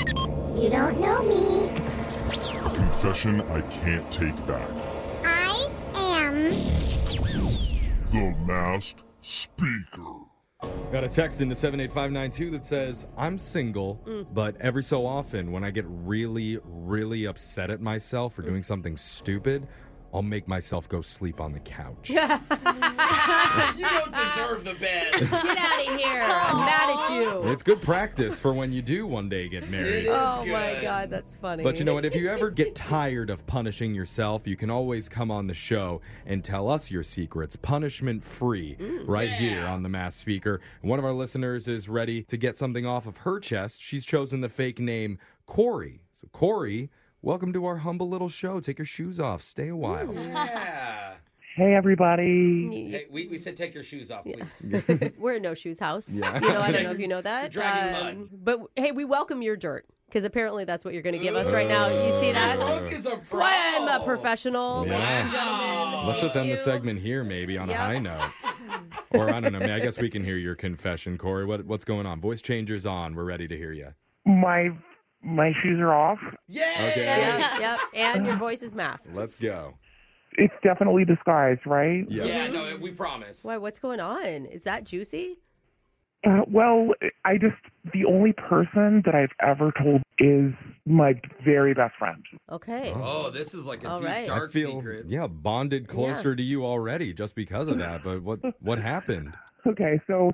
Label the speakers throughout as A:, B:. A: You don't know me.
B: A confession I can't take back.
A: I am.
B: The Masked Speaker.
C: Got a text into 78592 that says, I'm single, but every so often when I get really, really upset at myself for doing something stupid, I'll make myself go sleep on the couch.
D: You don't deserve the bed.
E: Get out of here. I'm mad at you.
C: it's good practice for when you do one day get married.
D: It is.
E: Oh my
D: good.
E: God, that's funny.
C: But you know what? If you ever get tired of punishing yourself, you can always come on the show and tell us your secrets, punishment free,
E: Mm,
C: right here on the Mass Speaker. One of our listeners is ready to get something off of her chest. She's chosen the fake name Corey. So, Corey, welcome to our humble little show. Take your shoes off, stay a while.
D: yeah.
F: Hey, everybody.
E: You-
D: Hey, we, we said take your shoes off, please.
E: We're a no shoes house.
C: Yeah.
E: You know, I don't know if you know that. um,
D: dragging
E: But hey, we welcome your dirt because apparently that's what you're going to give us right now. You see that?
D: Your
E: That's
D: Look is a pro.
E: why I'm a professional.
C: Oh. Yeah.
E: ladies and gentlemen.
C: Let's just
E: Thank
C: end the
E: you.
C: segment here, maybe on
E: Yep.
C: a high note. or I don't know. I guess we can hear your confession, Corey. What, what's going on? Voice changers on. We're ready to hear you.
F: My my shoes are off.
D: Yay!
C: Okay.
E: Yep, yep. And your voice is masked.
C: Let's go.
F: It's definitely disguised, right?
C: Yes.
D: Yeah, no, we promise.
E: Why, what's going on? Is that juicy?
F: Uh, well, I just the only person that I've ever told is my very best friend.
E: Okay.
D: Oh, this is like a
E: All
D: deep,
E: right. I
D: dark
C: I feel
D: secret.
C: yeah bonded closer to you already just because of that. But what what happened?
F: Okay, so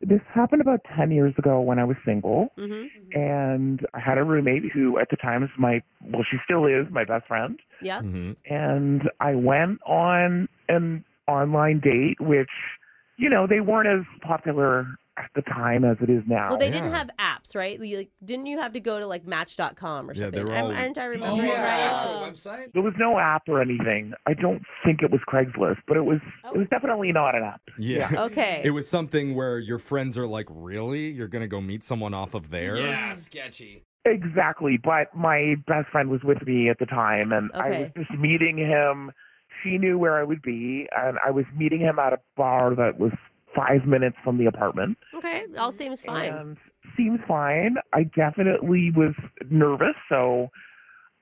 F: this happened about ten years ago when I was single,
E: hmm
F: and I had a roommate who, at the time, is my well, she still is my best friend.
E: Yeah.
C: Mhm.
F: and I went on an online date, which, you know, they weren't as popular at the time as it is now.
E: Well, they didn't
C: Yeah.
E: have apps, right? You, like, didn't you have to go to like Match.com or
C: Yeah,
E: something?
C: they were
E: I'm-
C: all-
E: aren't I
D: Oh,
E: remembering
D: yeah.
E: right?
D: Actual website?
F: there was no app or anything. I don't think it was Craigslist, but it was it
E: Oh.
F: was definitely not an app.
C: Yeah.
E: Okay.
C: It was something where your friends are like, "Really? You're gonna go meet someone off of there?"
D: Yeah, sketchy.
F: Exactly, but my best friend was with me at the time and I was
E: Okay.
F: just meeting him. She knew where I would be and I was meeting him at a bar that was 5 minutes from the apartment.
E: okay. All seems fine.
F: And uh, seems fine. I definitely was nervous, so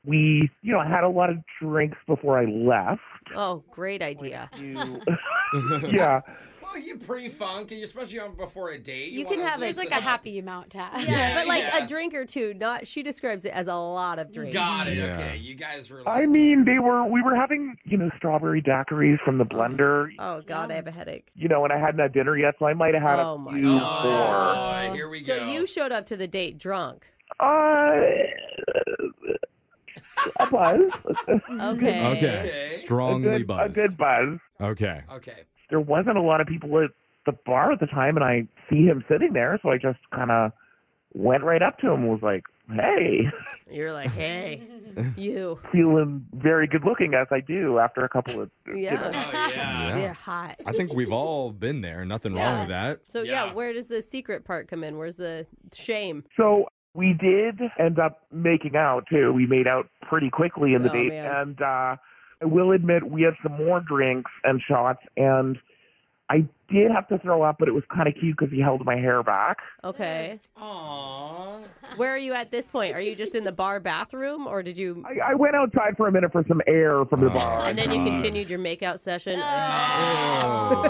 F: we, you know, I had a lot of drinks before I left.
E: Oh, great idea.
F: You, yeah,
D: Well, you pre-funk, and especially on before a date.
E: You can
D: wanna
E: have a-
G: There's
D: listen
G: like a
D: up.
G: happy amount to have.
D: Yeah.
E: But like
D: yeah.
E: a drink or two, not she describes it as a lot of drinks.
D: Got it.
C: Yeah.
D: Okay, you guys were. Like,
F: I mean, they were we were having you know strawberry daiquiris from the blender,
E: Oh god, I have a headache.
F: you know, and I hadn't had dinner yet, so I might have had
E: Oh,
F: a
E: my
F: few
D: Oh,
E: God.
F: more.
D: boy, here we
E: so
D: go.
E: you showed up to the date drunk.
F: Uh, a buzz,
E: Okay.
C: Okay.
D: Okay.
C: Strongly
F: a good, a
C: buzzed.
F: good buzz.
C: Okay.
D: okay.
F: there wasn't a lot of people at the bar at the time, and I see him sitting there, so I just kind of went right up to him and was like, hey,
E: You're like, hey, you.
F: feeling very good looking as I do after a couple of.
D: Oh
E: Yeah.
D: yeah.
C: Yeah.
E: They're hot.
C: I think we've all been there. Nothing wrong
E: Yeah.
C: with that.
E: So yeah.
D: Yeah.
E: where does the secret part come in? Where's the shame?
F: So we did end up making out too. We made out pretty quickly in the
E: Oh,
F: date,
E: man.
F: and uh, I will admit we had some more drinks and shots, and I did have to throw up, but it was kind of cute because he held my hair back.
E: Okay.
D: Aww.
E: Where are you at this point? Are you just in the bar bathroom or did you
F: I, I went outside for a minute for some air from the
C: Oh.
F: bar.
E: and then you
C: God.
E: continued your makeout session?
C: Oh.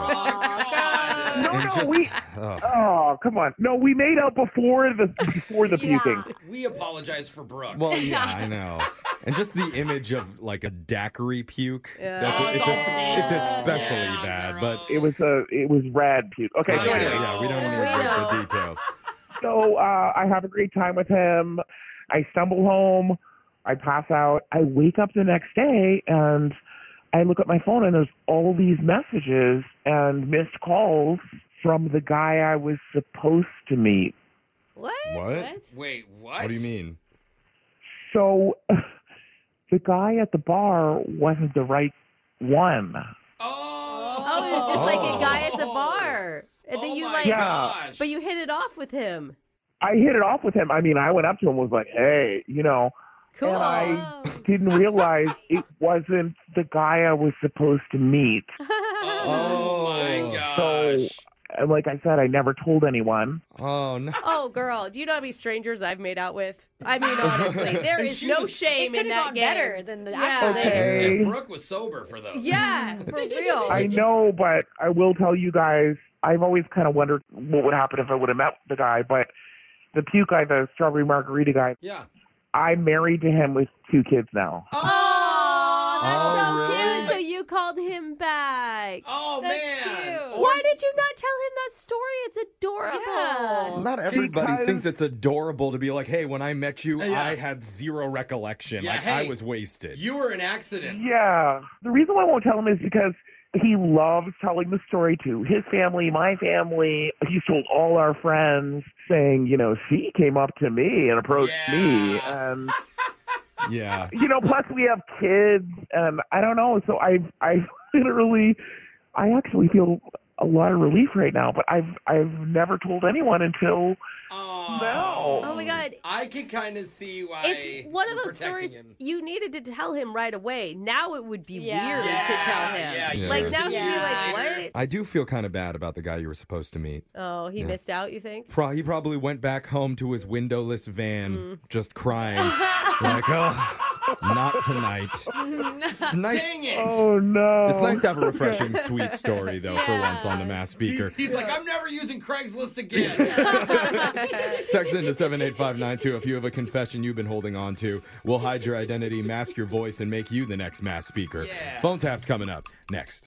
F: No,
C: And
F: no,
C: just-
F: we-
C: Ugh.
F: Oh, come on. No, we made out before the before the
G: Yeah.
F: puking.
D: We apologize for Brooke.
C: Well, yeah, I know. And just the image of like a daiquiri puke.
E: Yeah.
C: That's
E: Oh,
C: it's,
E: it's
C: es-
E: all-
C: it's especially
D: Yeah,
C: bad.
D: gross.
C: But
F: It was a it was rad puke. Okay,
C: Oh, yeah,
F: so,
C: yeah,
F: anyway,
C: yeah, we don't
E: We
C: want to
E: know.
C: give the details.
F: so uh, I have a great time with him. I stumble home, I pass out, I wake up the next day and I look at my phone and there's all these messages and missed calls from the guy I was supposed to meet.
E: What?
C: What?
D: Wait, what?
C: What do you mean?
F: So the guy at the bar wasn't the right one.
D: Oh.
E: Oh, it was just like a guy at the
D: Oh.
E: bar. And then
D: Oh
E: you
D: my
E: like
F: Yeah.
D: gosh.
E: but you hit it off with him.
F: I hit it off with him. I mean, I went up to him and was like, "Hey, you know,
E: Cool.
F: And I- didn't realize it wasn't the guy I was supposed to meet.
D: Oh, my
C: Oh.
D: gosh.
F: So And like I said, I never told anyone.
C: Oh no.
E: Oh, girl, do you know how many strangers I've made out with? I mean, honestly, there is no shame
G: it
E: in
G: could
E: that
G: have gone
E: game.
G: better than the
E: Yeah.
G: actual
E: Okay.
G: day.
D: And
F: Hey,
D: Brooke was sober for those.
E: Yeah, for real.
F: I know, but I will tell you guys, I've always kind of wondered what would happen if I would have met the guy, but the puke guy, the strawberry margarita guy,
D: Yeah.
F: I'm married to him with two kids now.
C: Oh,
E: Oh, that's so
C: really?
E: cute. So you called him back.
D: Oh
G: That's
D: man.
G: cute.
D: Or-
E: Why did you not tell him that story? It's adorable.
C: Not everybody
F: Because-
C: thinks it's adorable to be like, "Hey, when I met you,
D: Yeah.
C: I had zero recollection.
D: Yeah,
C: like I
D: hey,
C: was wasted."
D: You were an accident.
F: Yeah. The reason why I won't tell him is because he loves telling the story to his family, my family. He's told all our friends saying, you know, she came up to me and approached me.
D: Yeah.
F: And,
C: yeah.
F: you know, plus we have kids and I don't know. So I, I literally, I actually feel a lot of relief right now, but I've, I've never told anyone until
D: Oh.
F: No.
E: Oh my god.
D: I can kind of see why.
E: It's one of
D: you're
E: those
D: protecting
E: stories
D: him.
E: you needed to tell him right away. Now it would be
G: Yeah.
E: weird to
D: Yeah,
E: tell him.
D: yeah,
C: Yeah.
E: Like now
G: Yeah.
E: he'd be like, "What?"
C: I do feel kind of bad about the guy you were supposed to meet.
E: Oh, he missed out. You think?
C: Pro- he probably went back home to his windowless van,
E: Mm.
C: just crying, like, "Oh, not tonight." It's nice.
D: Dang it.
F: Oh no!
C: It's nice to have a refreshing, sweet story though, for once on the mass speaker.
D: He's like, I'm never using Craigslist again.
C: Text into 78592 if you have a confession you've been holding on to. We'll hide your identity, mask your voice, and make you the next mass speaker.
D: Yeah.
C: Phone tap's coming up next.